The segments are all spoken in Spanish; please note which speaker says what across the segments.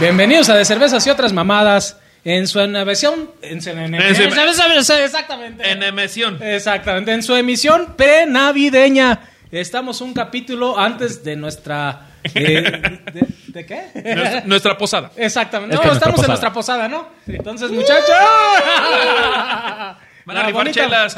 Speaker 1: Bienvenidos a De Cervezas y Otras Mamadas. En su emisión. En su, en- en-
Speaker 2: En su-
Speaker 1: exactamente.
Speaker 2: En emisión.
Speaker 1: exactamente. En su emisión prenavideña. Estamos un capítulo antes de nuestra. eh, de, de qué?
Speaker 2: Nuestra, nuestra posada.
Speaker 1: Exactamente.
Speaker 3: Es
Speaker 1: No,
Speaker 3: que nuestra
Speaker 1: estamos en
Speaker 3: posada.
Speaker 1: nuestra posada, ¿no? Entonces, muchachos.
Speaker 2: Van a rifar chelas.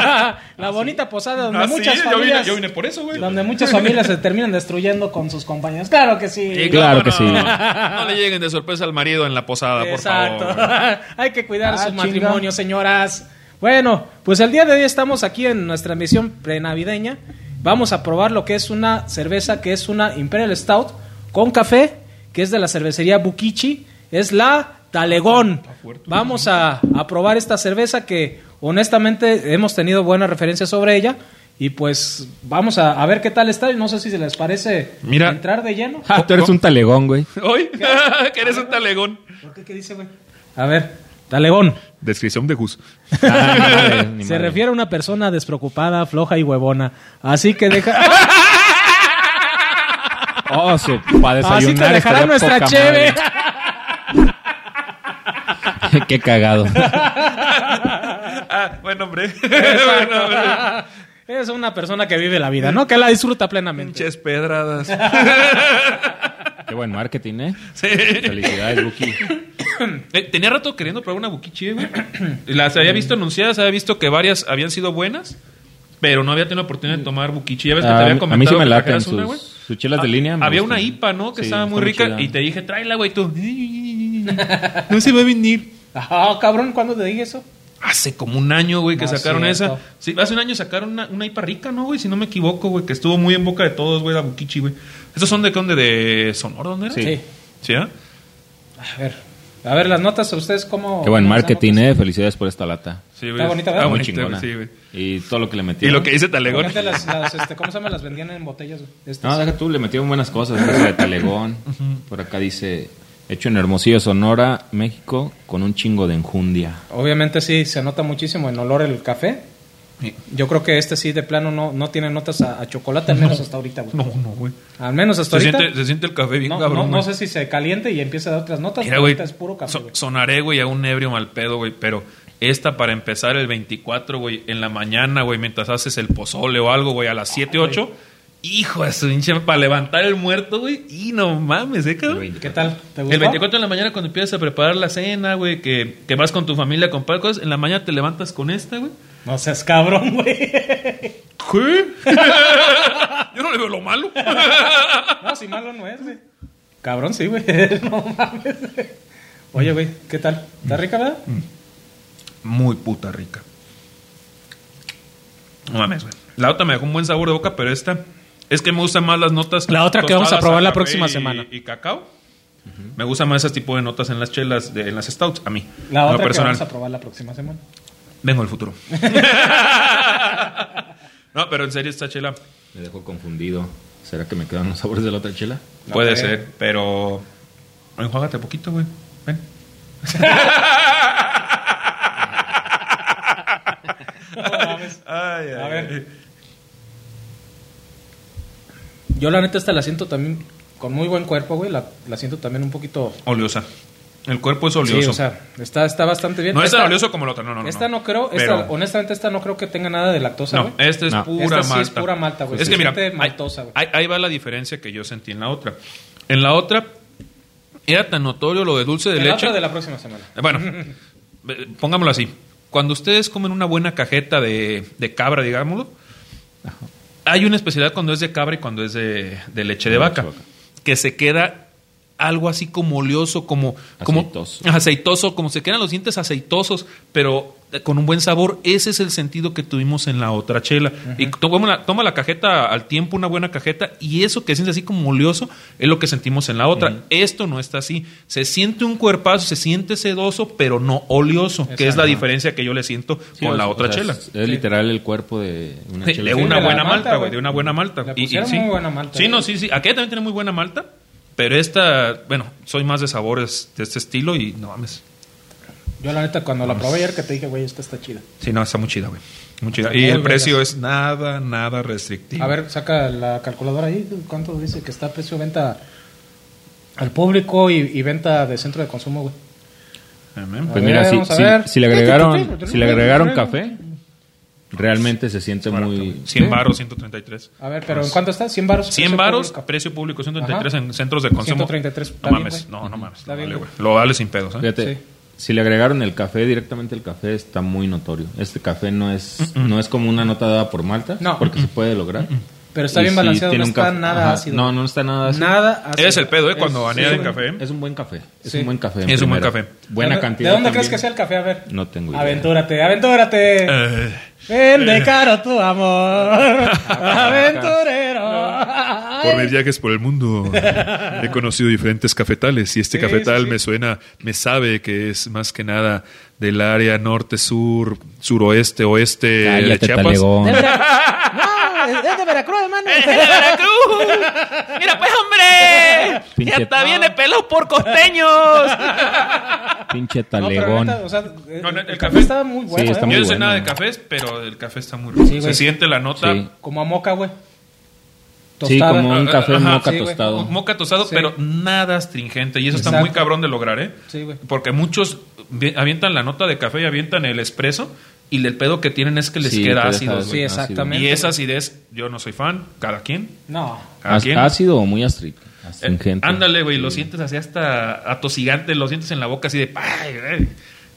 Speaker 1: La bonita posada donde
Speaker 2: Ah, sí,
Speaker 1: muchas
Speaker 2: yo, vine,
Speaker 1: familias.
Speaker 2: yo vine por eso, güey.
Speaker 1: Donde muchas familias se terminan destruyendo con sus compañeros. Claro que sí.
Speaker 2: Sí,
Speaker 3: Claro que
Speaker 2: no,
Speaker 3: sí.
Speaker 2: No, no le lleguen de sorpresa al marido en la posada,
Speaker 1: Exacto.
Speaker 2: por favor.
Speaker 1: Hay que cuidar
Speaker 3: Ah,
Speaker 1: su
Speaker 3: chinga.
Speaker 1: matrimonio, señoras. Bueno, pues el día de hoy estamos aquí en nuestra emisión prenavideña. Vamos a probar lo que es una cerveza que es una Imperial Stout con café, que es de la cervecería Bukichi. Es la Talegón.
Speaker 2: Ah,
Speaker 1: Vamos a, a probar esta cerveza que honestamente hemos tenido buenas referencias sobre ella. Y pues vamos a, a ver qué tal está. Y no sé si se les parece
Speaker 2: Mira.
Speaker 1: entrar de lleno.
Speaker 3: Ah, tú eres un talegón, güey.
Speaker 2: Hoy, que eres un talegón.
Speaker 1: ¿Por qué? ¿Qué dice, güey? A ver, Talegón.
Speaker 2: Descripción de Gus.
Speaker 1: Se refiere a una persona despreocupada, floja y huevona. Así que deja.
Speaker 3: Oh, su, para desayunar.
Speaker 1: Así que
Speaker 3: estaría
Speaker 1: dejará nuestra
Speaker 3: poca
Speaker 1: cheve.
Speaker 3: madre. Qué cagado.
Speaker 2: Ah, buen hombre.
Speaker 1: Exacto.
Speaker 2: Bueno, hombre.
Speaker 1: Es una persona que vive la vida, ¿no? Que la disfruta plenamente.
Speaker 2: Pinches pedradas.
Speaker 3: Qué buen marketing, ¿eh?
Speaker 2: Sí.
Speaker 3: Felicidades, Buki.
Speaker 2: Eh, tenía rato queriendo probar una buquiche, güey. Las había visto anunciadas, había visto que varias habían sido buenas, pero no había tenido la oportunidad de tomar buquiche. Ya ves que
Speaker 3: Ah,
Speaker 2: te
Speaker 3: a mí-
Speaker 2: había
Speaker 3: a
Speaker 2: comentado
Speaker 3: mí sí me
Speaker 2: que
Speaker 3: laten
Speaker 2: trajeras
Speaker 3: sus-
Speaker 2: una, güey. Ah,
Speaker 3: sus chelas de línea, me
Speaker 2: Había
Speaker 3: gustan.
Speaker 2: una IPA, ¿no? Que
Speaker 3: Sí,
Speaker 2: estaba muy
Speaker 3: está
Speaker 2: rica
Speaker 3: muy chida.
Speaker 2: y te dije, tráela, güey. Y Tú, no se va a venir.
Speaker 1: Ah, cabrón, ¿cuándo te dije eso?
Speaker 2: Hace como un año, güey, que
Speaker 1: No es
Speaker 2: sacaron
Speaker 1: cierto.
Speaker 2: esa. Sí, hace un año sacaron una, una IPA rica, ¿no, güey? Si no me equivoco, güey, que estuvo muy en boca de todos, güey, la buquichi, güey. ¿Estos son de dónde? ¿De Sonora? ¿Dónde era?
Speaker 3: Sí.
Speaker 1: Sí.
Speaker 2: ¿Sí, ah?
Speaker 1: A ver. A ver, las notas, ¿ustedes cómo.?
Speaker 3: Qué buen
Speaker 1: cómo
Speaker 3: marketing,
Speaker 1: las
Speaker 3: ¿eh? Felicidades por esta lata.
Speaker 2: Sí,
Speaker 1: Está bonita, ¿verdad?
Speaker 2: Está
Speaker 3: Muy
Speaker 2: bonita,
Speaker 3: chingona.
Speaker 2: güey, Sí, güey.
Speaker 3: Y todo lo que le
Speaker 2: Y
Speaker 3: metieron.
Speaker 2: lo que dice
Speaker 1: notas?
Speaker 2: Talegón.
Speaker 1: Obviamente las- las, este, ¿Cómo se llama? Las vendían en botellas. güey. Este, Estas.
Speaker 3: No, deja tú, le metieron buenas cosas. Esa de talegón. Por acá dice, hecho en Hermosillo, Sonora, México, con un chingo de enjundia.
Speaker 1: Obviamente sí, se nota muchísimo en olor el café. Yo creo que este sí, de plano, no, no tiene notas a, a chocolate, al menos hasta ahorita, güey.
Speaker 2: No, no, güey.
Speaker 1: Al menos hasta
Speaker 2: Se
Speaker 1: ahorita.
Speaker 2: siente, se siente el café bien
Speaker 1: no,
Speaker 2: cabrón.
Speaker 1: no- no
Speaker 2: güey.
Speaker 1: sé si se caliente y empieza a dar otras notas.
Speaker 2: Mira,
Speaker 1: pero
Speaker 2: güey.
Speaker 1: ahorita es puro café.
Speaker 2: so-
Speaker 1: güey.
Speaker 2: sonaré, güey, a un ebrio mal pedo, güey. Pero esta para empezar el 24, güey, en la mañana, güey, mientras haces el pozole o algo, güey, a las
Speaker 1: Ah,
Speaker 2: 7, 8. Hijo de su hinche, para levantar el muerto, güey. Y no mames, ¿eh, cabrón?
Speaker 1: ¿Qué tal? ¿Te gustó?
Speaker 2: El 24 de la mañana cuando empiezas a preparar la cena, güey, que, que vas con tu familia a comprar cosas, en la mañana te levantas con esta, güey.
Speaker 1: No seas cabrón, güey.
Speaker 2: ¿Qué? Yo no le veo lo malo.
Speaker 1: No, si malo no es, güey. Cabrón, sí, güey. No mames. Oye, güey, ¿qué tal? ¿Está rica, verdad?
Speaker 2: Mm. Muy puta rica. No mames, güey. La otra me dejó un buen sabor de boca, pero esta es que me gustan más las notas.
Speaker 1: La otra que vamos a
Speaker 2: tostadas
Speaker 1: probar la
Speaker 2: café
Speaker 1: próxima
Speaker 2: y-
Speaker 1: semana.
Speaker 2: Y cacao. Me gustan más ese tipo de notas en las chelas, de- en las stouts, a mí.
Speaker 1: La
Speaker 2: en lo
Speaker 1: otra
Speaker 2: personal.
Speaker 1: que vamos a probar la próxima semana.
Speaker 2: Vengo del futuro. no, pero en serio, esta chela
Speaker 3: Me dejó confundido. ¿Será que me quedan los sabores de la otra chela?
Speaker 1: No
Speaker 2: puede
Speaker 1: creo.
Speaker 2: ser, pero. Enjuágate poquito, güey. Ven.
Speaker 1: No mames.
Speaker 2: Ay,
Speaker 1: A ver. Yo la neta esta la siento también con muy buen cuerpo, güey. La, la siento también un poquito...
Speaker 2: Oleosa. El cuerpo es oleoso.
Speaker 1: Sí, o sea, está, está bastante bien.
Speaker 2: no es tan
Speaker 1: Esta-
Speaker 2: oleoso como la otra, no, no. no,
Speaker 1: Esta no creo, esta-
Speaker 2: Pero-
Speaker 1: honestamente esta no creo que tenga nada de lactosa,
Speaker 2: No,
Speaker 1: güey.
Speaker 2: esta es
Speaker 3: No.
Speaker 2: pura
Speaker 1: Esta sí
Speaker 2: malta.
Speaker 1: es pura malta, güey.
Speaker 2: Es
Speaker 1: Se
Speaker 2: que mira,
Speaker 1: siente
Speaker 2: ahí-
Speaker 1: maltosa, güey.
Speaker 2: ahí, ahí va la diferencia que yo sentí en la otra. En la otra era tan notorio lo de dulce de
Speaker 1: En la
Speaker 2: leche.
Speaker 1: otra de la próxima semana.
Speaker 2: Eh, Bueno, eh, pongámoslo así. Cuando ustedes comen una buena cajeta de, de cabra, digámoslo, hay una especialidad cuando es de cabra y cuando es de, de leche de
Speaker 3: De
Speaker 2: vaca,
Speaker 3: leche de vaca.
Speaker 2: que se queda algo así como oleoso, como, como-
Speaker 3: Aceitoso.
Speaker 2: aceitoso, como se quedan los dientes aceitosos, pero eh, con un buen sabor. Ese es el sentido que tuvimos en la otra chela. Y toma la, toma la cajeta al tiempo, una buena cajeta, y eso que siente así como oleoso es lo que sentimos en la otra. Esto no está así. Se siente un cuerpazo, se siente sedoso, pero no oleoso, que es la
Speaker 1: Exacto.
Speaker 2: diferencia que yo le siento
Speaker 3: Sí,
Speaker 2: con
Speaker 3: o-
Speaker 2: la
Speaker 3: o
Speaker 2: otra
Speaker 3: sea,
Speaker 2: chela.
Speaker 3: Es, es literal el cuerpo de una
Speaker 2: Sí,
Speaker 3: chela.
Speaker 2: de
Speaker 1: Sí,
Speaker 2: una
Speaker 1: de la
Speaker 2: buena
Speaker 1: malta,
Speaker 2: malta, güey,
Speaker 1: güey.
Speaker 2: de una buena malta.
Speaker 1: Le
Speaker 2: Y- y
Speaker 1: pusieron
Speaker 2: sí.
Speaker 1: muy buena malta,
Speaker 2: Sí, no,
Speaker 1: güey.
Speaker 2: sí, sí. Aquella también tiene muy buena malta, pero esta, bueno, soy más de sabores de este estilo y no mames.
Speaker 1: Yo la neta cuando la probé ayer que te dije, güey, esta está chida.
Speaker 2: Sí, no, está muy chida, güey. Muy chida.
Speaker 1: Está
Speaker 2: Y
Speaker 1: muy
Speaker 2: el
Speaker 1: vergas.
Speaker 2: precio es nada, nada restrictivo.
Speaker 1: A ver, saca la calculadora ahí. ¿Cuánto dice que está precio de venta? al público y, y venta de centro de consumo, güey.
Speaker 2: Amén.
Speaker 3: Pues
Speaker 1: A
Speaker 3: mira,
Speaker 1: ver,
Speaker 3: si,
Speaker 1: vamos a
Speaker 3: si-
Speaker 1: ver.
Speaker 3: si le agregaron, si le agregaron café, realmente se siente muy...
Speaker 2: 100 baros, 133.
Speaker 1: A ver,
Speaker 3: Pues,
Speaker 1: pero ¿en cuánto está? 100 baros.
Speaker 2: 100 varos,
Speaker 1: Público.
Speaker 2: precio público 133
Speaker 1: Ajá.
Speaker 2: en centros de consumo.
Speaker 1: 133,
Speaker 2: No
Speaker 1: está bien,
Speaker 2: mames,
Speaker 1: güey.
Speaker 2: no, no mames.
Speaker 1: Está
Speaker 2: Lo
Speaker 1: bien,
Speaker 2: vale,
Speaker 1: güey.
Speaker 2: güey. Lo vale sin pedos, ¿eh?
Speaker 3: Fíjate,
Speaker 1: Sí.
Speaker 3: si le agregaron el café, directamente el café está muy notorio. Este café no es, no es como una nota dada por Malta,
Speaker 1: No.
Speaker 3: porque se puede lograr.
Speaker 1: Pero está
Speaker 3: Y
Speaker 1: bien
Speaker 3: sí
Speaker 1: balanceado,
Speaker 3: tiene
Speaker 1: no
Speaker 3: un
Speaker 1: está
Speaker 3: café-
Speaker 1: nada
Speaker 3: ajá,
Speaker 1: ácido.
Speaker 3: No, no está nada ácido.
Speaker 1: Nada ácido.
Speaker 2: Es el pedo, ¿eh? Cuando banean el
Speaker 1: güey.
Speaker 2: café.
Speaker 3: Es un buen café. Es
Speaker 1: Sí.
Speaker 3: un buen café. en
Speaker 2: Es un buen
Speaker 3: primera.
Speaker 2: café.
Speaker 3: Buena
Speaker 1: ¿De-
Speaker 3: cantidad.
Speaker 1: ¿De dónde
Speaker 3: también.
Speaker 1: crees que sea el café? A ver.
Speaker 3: No tengo idea.
Speaker 1: Aventúrate, aventúrate.
Speaker 2: Eh,
Speaker 1: Vende caro tu amor. Aventurero.
Speaker 4: Por mis viajes por el mundo he conocido diferentes cafetales y este
Speaker 1: Sí,
Speaker 4: cafetal
Speaker 1: sí, sí.
Speaker 4: me suena, me sabe que es más que nada del área norte, sur, suroeste, oeste de
Speaker 3: Cállate,
Speaker 4: Chiapas.
Speaker 3: talegón.
Speaker 1: De Veracruz. No, es de Veracruz, hermano.
Speaker 3: Eh.
Speaker 5: de Veracruz. Mira, pues, hombre.
Speaker 3: Pinche
Speaker 5: ya está
Speaker 3: pan.
Speaker 5: bien de pelos por costeños.
Speaker 3: Pinche
Speaker 1: No, pero
Speaker 3: talegón.
Speaker 1: neta, o sea, eh,
Speaker 2: No, no, el
Speaker 1: el
Speaker 2: café-
Speaker 1: café estaba muy bueno.
Speaker 3: Sí, está
Speaker 1: ¿eh?
Speaker 3: muy
Speaker 2: Yo no sé
Speaker 3: bueno.
Speaker 2: nada de cafés, pero el café está muy rico.
Speaker 1: Sí,
Speaker 2: Se
Speaker 1: güey.
Speaker 2: siente la nota.
Speaker 3: Sí.
Speaker 1: Como a moca, güey.
Speaker 3: Sí,
Speaker 1: Tostada.
Speaker 3: como un café
Speaker 2: Ajá,
Speaker 3: moca
Speaker 1: sí, güey.
Speaker 3: tostado.
Speaker 2: Moca tosado,
Speaker 1: Sí.
Speaker 2: pero nada astringente. Y eso está
Speaker 1: Exacto.
Speaker 2: muy cabrón de lograr, ¿eh?
Speaker 1: Sí, güey.
Speaker 2: Porque muchos vi- avientan la nota de café y avientan el espresso. Y el pedo que tienen es que les
Speaker 3: Sí,
Speaker 2: queda
Speaker 3: te deja
Speaker 2: ácido.
Speaker 3: ácido.
Speaker 1: Sí,
Speaker 2: güey.
Speaker 1: exactamente.
Speaker 2: Y esa acidez, yo no soy fan. Cada quien.
Speaker 1: No.
Speaker 2: Cada
Speaker 3: As-
Speaker 2: quien.
Speaker 3: Ácido o muy astri-
Speaker 2: Eh,
Speaker 3: astringente.
Speaker 2: ándale, güey. Lo sientes así hasta atosigante. Lo sientes en la boca así de. "Ay, güey".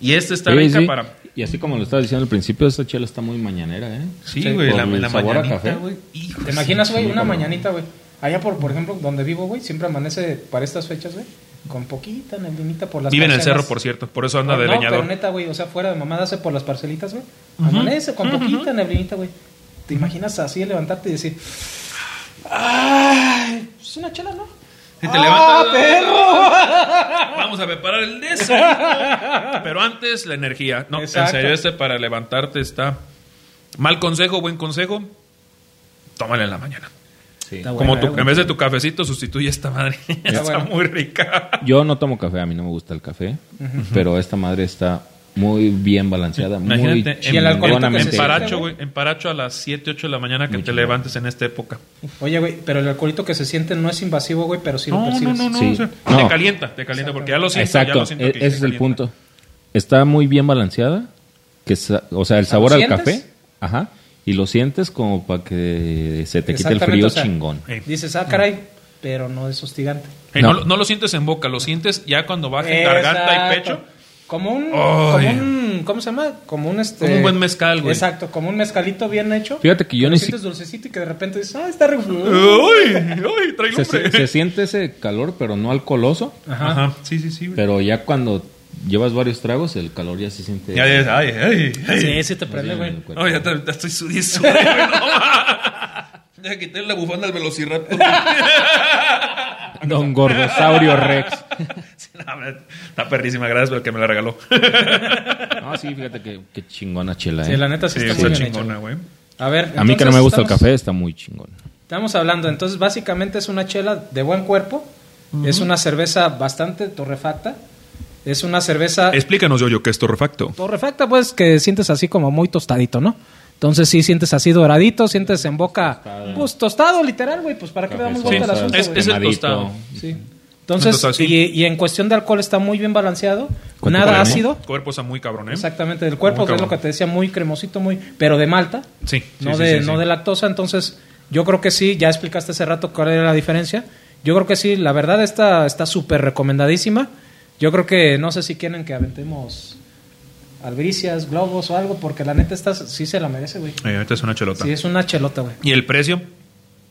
Speaker 2: Y este está
Speaker 3: Sí,
Speaker 2: rica
Speaker 3: Eh, sí.
Speaker 2: para.
Speaker 3: Y así como lo estaba diciendo al principio, esta chela está muy mañanera, ¿eh?
Speaker 2: Sí,
Speaker 1: Sí,
Speaker 2: güey.
Speaker 3: por
Speaker 2: la,
Speaker 3: el
Speaker 2: la
Speaker 3: sabor a
Speaker 2: mañanita,
Speaker 3: café.
Speaker 2: güey. Hijo
Speaker 1: ¿Te
Speaker 2: de-
Speaker 1: imaginas, güey,
Speaker 3: sí,
Speaker 1: una
Speaker 3: cabrón.
Speaker 1: mañanita, güey? Allá, por, por ejemplo, donde vivo, güey, siempre amanece para estas fechas, güey. Con poquita neblinita por las
Speaker 2: Vive en el cerro,
Speaker 1: parcelas.
Speaker 2: por cierto. Por eso anda de
Speaker 1: no,
Speaker 2: leñador.
Speaker 1: pero neta, güey, o sea, fuera de mamada, hace por las parcelitas, güey. Amanece con poquita neblinita, güey. ¿Te imaginas así levantarte y decir, ¡ay! Es una chela, ¿no?
Speaker 2: Si te
Speaker 1: ¡Ah,
Speaker 2: levantas-
Speaker 1: perro!
Speaker 2: Vamos a preparar el desayuno. Pero antes, la energía. No,
Speaker 1: Exacto.
Speaker 2: en serio, este para levantarte está. Mal consejo, buen consejo. Tómala en la mañana.
Speaker 3: Sí.
Speaker 1: Está
Speaker 2: Como
Speaker 1: buena,
Speaker 2: tu-
Speaker 1: eh, güey.
Speaker 2: en vez de tu cafecito, sustituye esta madre. Está,
Speaker 1: bueno.
Speaker 2: muy rica.
Speaker 3: Yo no tomo café, a mí no me gusta el café, pero esta madre está muy bien balanceada, muy
Speaker 2: Imagínate,
Speaker 1: Y el alcohol
Speaker 2: en,
Speaker 1: que se
Speaker 2: en
Speaker 3: chingonamente.
Speaker 1: siente,
Speaker 2: Paracho,
Speaker 1: güey.
Speaker 2: güey. En Paracho a las 7, 8 de la mañana que te levantes en esta época.
Speaker 1: Oye, güey, pero el alcoholito que se siente no es invasivo, güey, pero sí lo
Speaker 2: No, no,
Speaker 1: percibes.
Speaker 2: no, no,
Speaker 3: Sí.
Speaker 2: o sea,
Speaker 3: No.
Speaker 2: Te calienta, te calienta, porque ya lo siento. ya
Speaker 3: Exacto,
Speaker 2: lo siento
Speaker 3: e-
Speaker 2: que
Speaker 3: ese
Speaker 2: te
Speaker 3: es el
Speaker 2: calienta.
Speaker 3: punto. Está muy bien balanceada, que sa- o sea, el sabor al
Speaker 1: ¿sientes?
Speaker 3: café, ajá, y lo sientes como para que se te quite el
Speaker 1: Exactamente,
Speaker 3: frío
Speaker 1: o sea,
Speaker 3: chingón. Mm.
Speaker 2: Sí.
Speaker 1: Dices, ah, caray, pero no es hostigante.
Speaker 2: Eh, no.
Speaker 3: No.
Speaker 2: lo- no lo sientes en boca, lo sientes ya cuando baja en garganta y
Speaker 1: Exacto.
Speaker 2: pecho.
Speaker 1: Como un,
Speaker 2: Ay.
Speaker 1: como un- ¿cómo se llama? Como un este.
Speaker 2: Como un buen mezcal, güey.
Speaker 1: Exacto, como un mezcalito bien hecho.
Speaker 3: Fíjate que yo
Speaker 1: lo
Speaker 3: ni
Speaker 1: sientes dulcecito y que de repente dices, ah, está re...
Speaker 2: ¡Uy! ¡Uy! Trae
Speaker 3: Se,
Speaker 2: lumbre.
Speaker 3: se- se siente ese calor, pero no alcoholoso,
Speaker 1: Ajá.
Speaker 2: Ajá. Sí, sí, sí. güey.
Speaker 3: pero ya cuando llevas varios tragos, el calor ya se siente...
Speaker 2: Ya dices, ay, ay, ay.
Speaker 1: Sí, sí te prende,
Speaker 3: en
Speaker 1: güey.
Speaker 3: el cuerpo.
Speaker 2: No, ya te, te estoy sudiendo. güey, no mames. Ya quité la bufanda al velociraptor.
Speaker 3: Don Gordosaurio Rex.
Speaker 2: Sí, no, hombre, Está perrísima, gracias por el que me la regaló.
Speaker 3: No, sí, fíjate que, que chingona chela,
Speaker 1: Sí,
Speaker 3: eh.
Speaker 1: la neta sí,
Speaker 2: Sí,
Speaker 1: está muy
Speaker 2: está
Speaker 1: bien
Speaker 2: chingona, güey.
Speaker 1: hecho. A ver,
Speaker 3: A mí que no
Speaker 1: entonces
Speaker 3: me gusta el
Speaker 1: estamos-
Speaker 3: café, está muy chingón.
Speaker 1: Estamos hablando, entonces básicamente es una chela de buen cuerpo, es una cerveza bastante torrefacta, es una cerveza
Speaker 4: Explícanos, Yoyo, qué es torrefacto.
Speaker 1: torrefacta pues que sientes así como muy tostadito, ¿no? Entonces sí sientes así doradito, sientes en boca pues tostado literal, güey, pues para qué le damos
Speaker 2: Sí,
Speaker 1: vuelta al asunto,
Speaker 2: es-
Speaker 1: güey?
Speaker 2: es el
Speaker 3: Quemadito.
Speaker 2: tostado.
Speaker 1: Sí.
Speaker 2: Entonces,
Speaker 1: Entonces,
Speaker 2: sí.
Speaker 1: y, y en cuestión de alcohol está muy bien balanceado,
Speaker 3: ¿Cuánto
Speaker 1: nada
Speaker 3: tiene?
Speaker 1: ácido,
Speaker 2: Cuerpo está muy cabrón, ¿eh?
Speaker 1: exactamente del cuerpo,
Speaker 2: Muy
Speaker 1: que es lo
Speaker 2: cabrón.
Speaker 1: que te decía, muy cremosito, muy, pero de malta,
Speaker 2: Sí, sí,
Speaker 1: no,
Speaker 2: sí,
Speaker 1: de,
Speaker 2: sí,
Speaker 1: no
Speaker 2: sí.
Speaker 1: de lactosa, entonces yo creo que sí, ya explicaste hace rato cuál era la diferencia, yo creo que sí, la verdad esta está súper recomendadísima, yo creo que no sé si quieren que aventemos albricias, globos o algo, porque la neta esta sí se la merece, güey.
Speaker 2: Eh, ahorita es una chelota.
Speaker 1: Sí, es una chelota, güey.
Speaker 2: ¿Y el precio?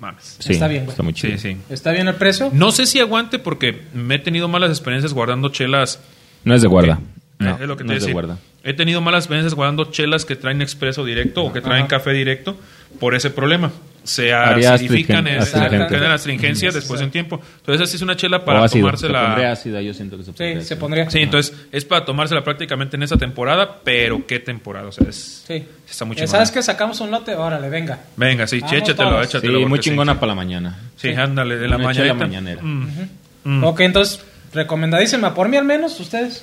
Speaker 2: Mames.
Speaker 3: Sí,
Speaker 1: Está bien, güey.
Speaker 3: Está muy chido.
Speaker 2: Sí, sí.
Speaker 1: ¿Está bien el precio?
Speaker 2: No sé si aguante porque me he tenido malas experiencias guardando chelas.
Speaker 3: No es de guarda.
Speaker 2: Eh,
Speaker 3: No,
Speaker 2: es lo que te
Speaker 3: no
Speaker 2: iba a
Speaker 3: es
Speaker 2: decir.
Speaker 3: de guarda.
Speaker 2: He tenido malas experiencias guardando chelas que traen expreso directo o que traen café directo por ese problema. Se
Speaker 3: Área
Speaker 2: acidifican,
Speaker 3: astringente-
Speaker 2: eh,
Speaker 3: astringente.
Speaker 2: sacan la astringencia después de un tiempo. Entonces, así es una chela
Speaker 3: o
Speaker 2: para
Speaker 3: ácido. Se pondría
Speaker 2: tomársela.
Speaker 3: ácida, yo siento que se pondría
Speaker 1: Sí, se
Speaker 3: ácida.
Speaker 1: pondría.
Speaker 2: Sí, entonces es para tomársela prácticamente en esa temporada, pero ¿qué temporada? O sea, es,
Speaker 1: Sí.
Speaker 2: está muy
Speaker 1: Eh,
Speaker 2: chingona.
Speaker 1: ¿Sabes que sacamos un lote? Órale, venga.
Speaker 2: Venga, sí,
Speaker 1: Vamos
Speaker 2: sí, échatelo,
Speaker 1: todos.
Speaker 3: Sí,
Speaker 2: échatelo.
Speaker 3: muy
Speaker 2: porque sí.
Speaker 3: chingona para la mañana.
Speaker 2: Sí, ándale, de la
Speaker 3: Una
Speaker 2: mañana.
Speaker 3: chela mañanera.
Speaker 2: Mm.
Speaker 1: Ok, entonces, recomendadísima por mí al menos, ustedes.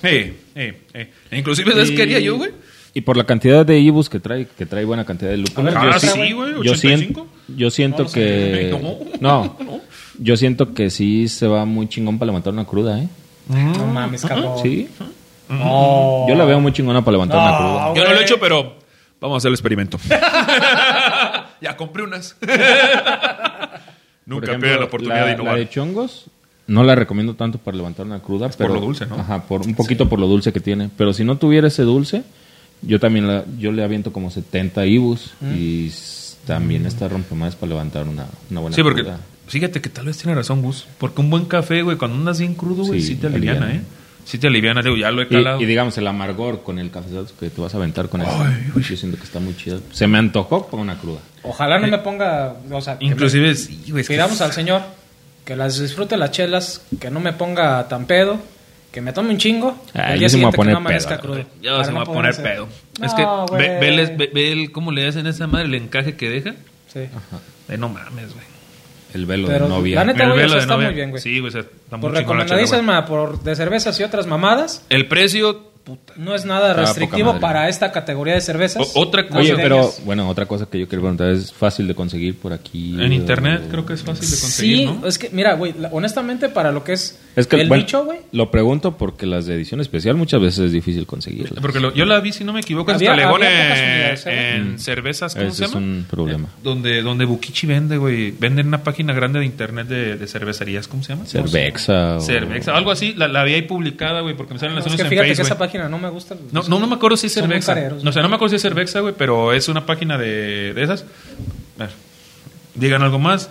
Speaker 2: Inclusive, ¿sabes
Speaker 3: Y-
Speaker 2: qué Pues haría yo, güey?
Speaker 3: Y por la cantidad de ibus que trae, que trae buena cantidad de lúpulo.
Speaker 1: A ver,
Speaker 3: yo
Speaker 1: yo
Speaker 2: Ah,
Speaker 1: sí-
Speaker 2: sí, güey,
Speaker 3: yo
Speaker 2: 85.
Speaker 3: siento, yo siento
Speaker 1: No,
Speaker 3: que...
Speaker 2: no.
Speaker 3: No, Yo siento que sí se va muy chingón para levantar una cruda, ¿eh?
Speaker 2: Mm.
Speaker 1: No mames, cabrón.
Speaker 3: Sí.
Speaker 1: No.
Speaker 3: Yo la veo muy chingona para levantar una
Speaker 1: No,
Speaker 3: cruda.
Speaker 4: Yo no lo
Speaker 1: güey.
Speaker 4: he hecho, pero vamos a hacer el experimento. ya compré unas.
Speaker 3: Por
Speaker 4: Nunca
Speaker 3: ejemplo,
Speaker 4: pierdan la oportunidad de
Speaker 3: La de
Speaker 4: innovar.
Speaker 3: chongos no la recomiendo tanto para levantar una cruda.
Speaker 4: por
Speaker 3: pero-
Speaker 4: lo dulce, ¿no?
Speaker 3: Ajá, por, un poquito por lo dulce que tiene. Pero si no tuviera ese dulce, yo también la, yo le aviento como 70 ibus.
Speaker 4: Mm.
Speaker 3: Y s- también está rompemadres para levantar una, una buena
Speaker 2: Sí, porque
Speaker 3: cruda.
Speaker 2: fíjate que tal vez tiene razón Gus, porque un buen café, güey, cuando andas bien crudo, güey, sí,
Speaker 3: Sí,
Speaker 2: te aliviana,
Speaker 3: aliviana.
Speaker 2: ¿eh? Sí te aliviana, digo, ya lo he calado.
Speaker 3: Y, y digamos el amargor con el cafezazo que te vas a aventar con eso. Yo siento que está muy chido. Se me antojó con una cruda.
Speaker 1: Ojalá no me ponga. O sea, que
Speaker 2: Inclusive, sí, güey,
Speaker 1: me-
Speaker 2: es que-
Speaker 1: pidamos al Señor que las disfrute las chelas, que no me ponga tan pedo, que me tome un chingo. y
Speaker 3: Ah,
Speaker 1: al
Speaker 3: yo
Speaker 1: día
Speaker 3: sí me voy
Speaker 1: siguiente
Speaker 3: a
Speaker 1: que
Speaker 3: poner
Speaker 1: no amanezca
Speaker 3: pedo,
Speaker 1: crudo.
Speaker 2: Ya
Speaker 1: Para
Speaker 2: se
Speaker 1: no
Speaker 2: va a
Speaker 1: poder
Speaker 2: poner
Speaker 1: hacer-
Speaker 2: pedo.
Speaker 1: No,
Speaker 2: es que ve,
Speaker 1: güey.
Speaker 2: ve les- ve- ve el- cómo le hacen a esa madre, el encaje que deja.
Speaker 1: Sí.
Speaker 2: Eh, no mames, güey.
Speaker 3: El velo
Speaker 1: Pero
Speaker 3: de novia.
Speaker 1: la neta,
Speaker 2: El
Speaker 1: güey,
Speaker 2: velo
Speaker 1: eso
Speaker 2: de
Speaker 1: está
Speaker 2: novia.
Speaker 1: muy bien, güey.
Speaker 2: Sí, güey, o sea, está muy
Speaker 1: Por
Speaker 2: chingona la chela, güey.
Speaker 1: recomendadísima, por de cervezas y otras mamadas,
Speaker 2: El precio, puta.
Speaker 1: no es nada
Speaker 3: Está poca
Speaker 1: restrictivo
Speaker 3: madre.
Speaker 1: para esta categoría de cervezas.
Speaker 2: O- otra cosa-
Speaker 3: Oye, pero
Speaker 1: Navideñas.
Speaker 3: bueno, otra cosa que yo quiero preguntar es fácil de conseguir por aquí.
Speaker 2: En
Speaker 3: o-
Speaker 2: internet creo que es fácil de conseguir,
Speaker 1: Sí,
Speaker 2: ¿no?
Speaker 1: es que, mira, güey, la- honestamente, para lo que es,
Speaker 3: Es que
Speaker 1: el
Speaker 3: bueno,
Speaker 1: bicho, güey,
Speaker 3: Lo pregunto porque las de edición especial muchas veces es difícil conseguirlas.
Speaker 2: Porque lo- yo la vi, si no me equivoco, en
Speaker 1: Había-
Speaker 2: Talegón
Speaker 1: había pocas
Speaker 2: en,
Speaker 1: unidades, ¿eh?
Speaker 2: en cervezas, ¿cómo se
Speaker 3: Ese es
Speaker 2: llama? Eh,
Speaker 3: un problema.
Speaker 2: Donde, donde Bukichi vende, güey. Venden una página grande de internet de, de cervecerías, ¿cómo se llama? Oh.
Speaker 3: Cervexa. o-
Speaker 2: Cervexa, algo así. La, la vi ahí publicada, güey, porque me salen
Speaker 1: no,
Speaker 2: las
Speaker 1: es
Speaker 2: unas
Speaker 1: que
Speaker 2: en
Speaker 1: fíjate que
Speaker 2: Facebook.
Speaker 1: esa página no me gusta.
Speaker 2: No, no, no me acuerdo si es
Speaker 1: Son muy
Speaker 2: Cervexa.
Speaker 1: careros,
Speaker 2: no, o sea, no me acuerdo si es Cervexa, güey, pero es una página de, de esas. A ver, digan algo más.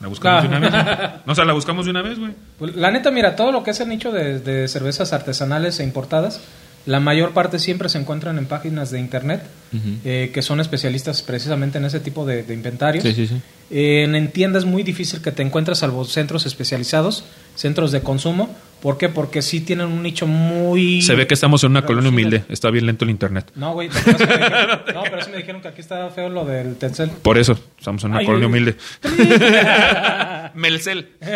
Speaker 2: La buscamos
Speaker 1: Ah.
Speaker 2: de una vez. ¿no? No, o sea, la buscamos de una vez, güey.
Speaker 1: Pues, La neta, mira, todo lo que es el nicho de, de cervezas artesanales e importadas, la mayor parte siempre se encuentran en páginas de internet eh, que son especialistas precisamente en ese tipo de, de inventarios.
Speaker 3: Sí, sí, sí.
Speaker 1: Eh, en, en tiendas muy difícil que te encuentres salvo centros especializados, centros de consumo. ¿Por qué? Porque sí tienen un nicho muy...
Speaker 4: Se ve que estamos en una colonia humilde. Está bien lento el internet.
Speaker 1: No, güey. lo que pasa es que me dijeron- no, pero sí me dijeron que aquí está feo lo del Tencel.
Speaker 4: Por eso, estamos en una
Speaker 1: Ay,
Speaker 4: colonia
Speaker 1: ay,
Speaker 4: humilde.
Speaker 2: Melcel.
Speaker 1: Aquí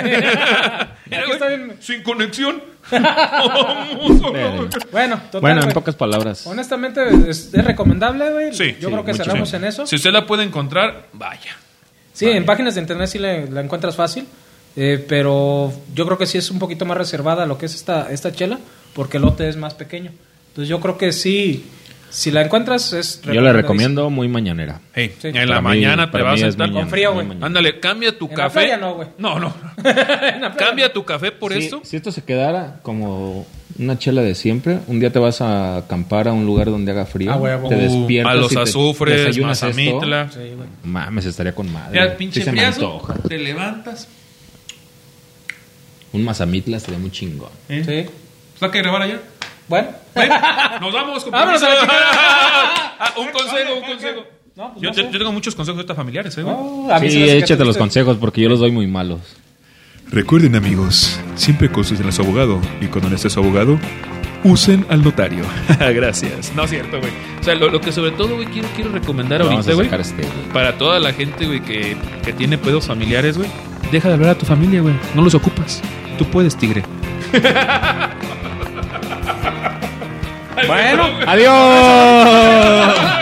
Speaker 1: está bien.
Speaker 2: Sin conexión. Oh, Vamos, güey.
Speaker 1: Bueno, total,
Speaker 3: Bueno, en
Speaker 1: güey.
Speaker 3: pocas palabras.
Speaker 1: Honestamente, es, es recomendable, güey.
Speaker 2: Sí,
Speaker 1: Yo
Speaker 2: sí,
Speaker 1: creo que
Speaker 2: mucho,
Speaker 1: cerramos
Speaker 2: sí.
Speaker 1: en eso.
Speaker 2: Si usted la puede encontrar, vaya.
Speaker 1: Sí, en páginas de internet sí la, la encuentras fácil, eh, pero yo creo que sí es un poquito más reservada lo que es esta, esta chela, porque el lote es más pequeño. Entonces yo creo que sí, si la encuentras es...
Speaker 3: Yo la
Speaker 1: recomendadísima.
Speaker 3: recomiendo muy mañanera.
Speaker 2: Hey,
Speaker 1: Sí.
Speaker 2: En la
Speaker 3: Para mí-
Speaker 2: mañana te
Speaker 3: para
Speaker 2: vas a
Speaker 3: mí es
Speaker 2: sentar
Speaker 3: mañana,
Speaker 2: con
Speaker 1: frío,
Speaker 3: muy
Speaker 1: güey.
Speaker 3: mañana.
Speaker 2: Ándale, cambia tu
Speaker 1: En la
Speaker 2: café.
Speaker 1: playa no, güey.
Speaker 2: No, no. cambia tu café por
Speaker 3: Sí,
Speaker 2: esto.
Speaker 3: Si esto se quedara como una chela de siempre, un día te vas a acampar a un lugar donde haga frío.
Speaker 1: A huevo.
Speaker 3: Te
Speaker 1: Uh,
Speaker 3: despiertas.
Speaker 2: a
Speaker 3: y
Speaker 2: los
Speaker 3: te-
Speaker 2: azufres,
Speaker 3: desayunas esto.
Speaker 2: mazamitla.
Speaker 1: Sí, güey.
Speaker 3: Mames, estaría con madre.
Speaker 2: Mira,
Speaker 3: Sí
Speaker 2: pinche
Speaker 3: se me
Speaker 2: friazo,
Speaker 3: antoja.
Speaker 2: te levantas.
Speaker 3: Un mazamitla estaría muy chingón.
Speaker 2: ¿eh?
Speaker 1: Sí.
Speaker 2: ¿Pues hay que grabar allá?
Speaker 1: Bueno.
Speaker 2: Bueno, nos vamos. con
Speaker 1: Vámonos a la
Speaker 2: permiso.
Speaker 1: chingada.
Speaker 2: Ah, Un consejo, un
Speaker 1: ¿qué, qué?
Speaker 2: consejo.
Speaker 1: No, pues
Speaker 2: Yo
Speaker 1: no
Speaker 2: te-
Speaker 1: sé.
Speaker 2: yo tengo muchos consejos ahorita familiares, ¿eh, güey?
Speaker 1: Oh, a mí se
Speaker 3: Sí,
Speaker 1: me hace que
Speaker 3: échate
Speaker 1: tú
Speaker 3: los
Speaker 1: te-
Speaker 3: consejos porque yo los doy muy malos.
Speaker 4: Recuerden amigos, siempre consulten a su abogado y cuando no esté su abogado, usen al notario. Gracias.
Speaker 2: No es cierto, güey. O sea, lo, lo que sobre todo, güey, quiero, quiero recomendar
Speaker 3: Vamos
Speaker 2: ahorita,
Speaker 3: a
Speaker 2: güey.
Speaker 3: sacar este.
Speaker 2: Para toda la gente, güey, que, que tiene pedos familiares, güey. Deja de hablar a tu familia, güey. No los ocupas. Tú puedes, tigre.
Speaker 3: Bueno, adiós.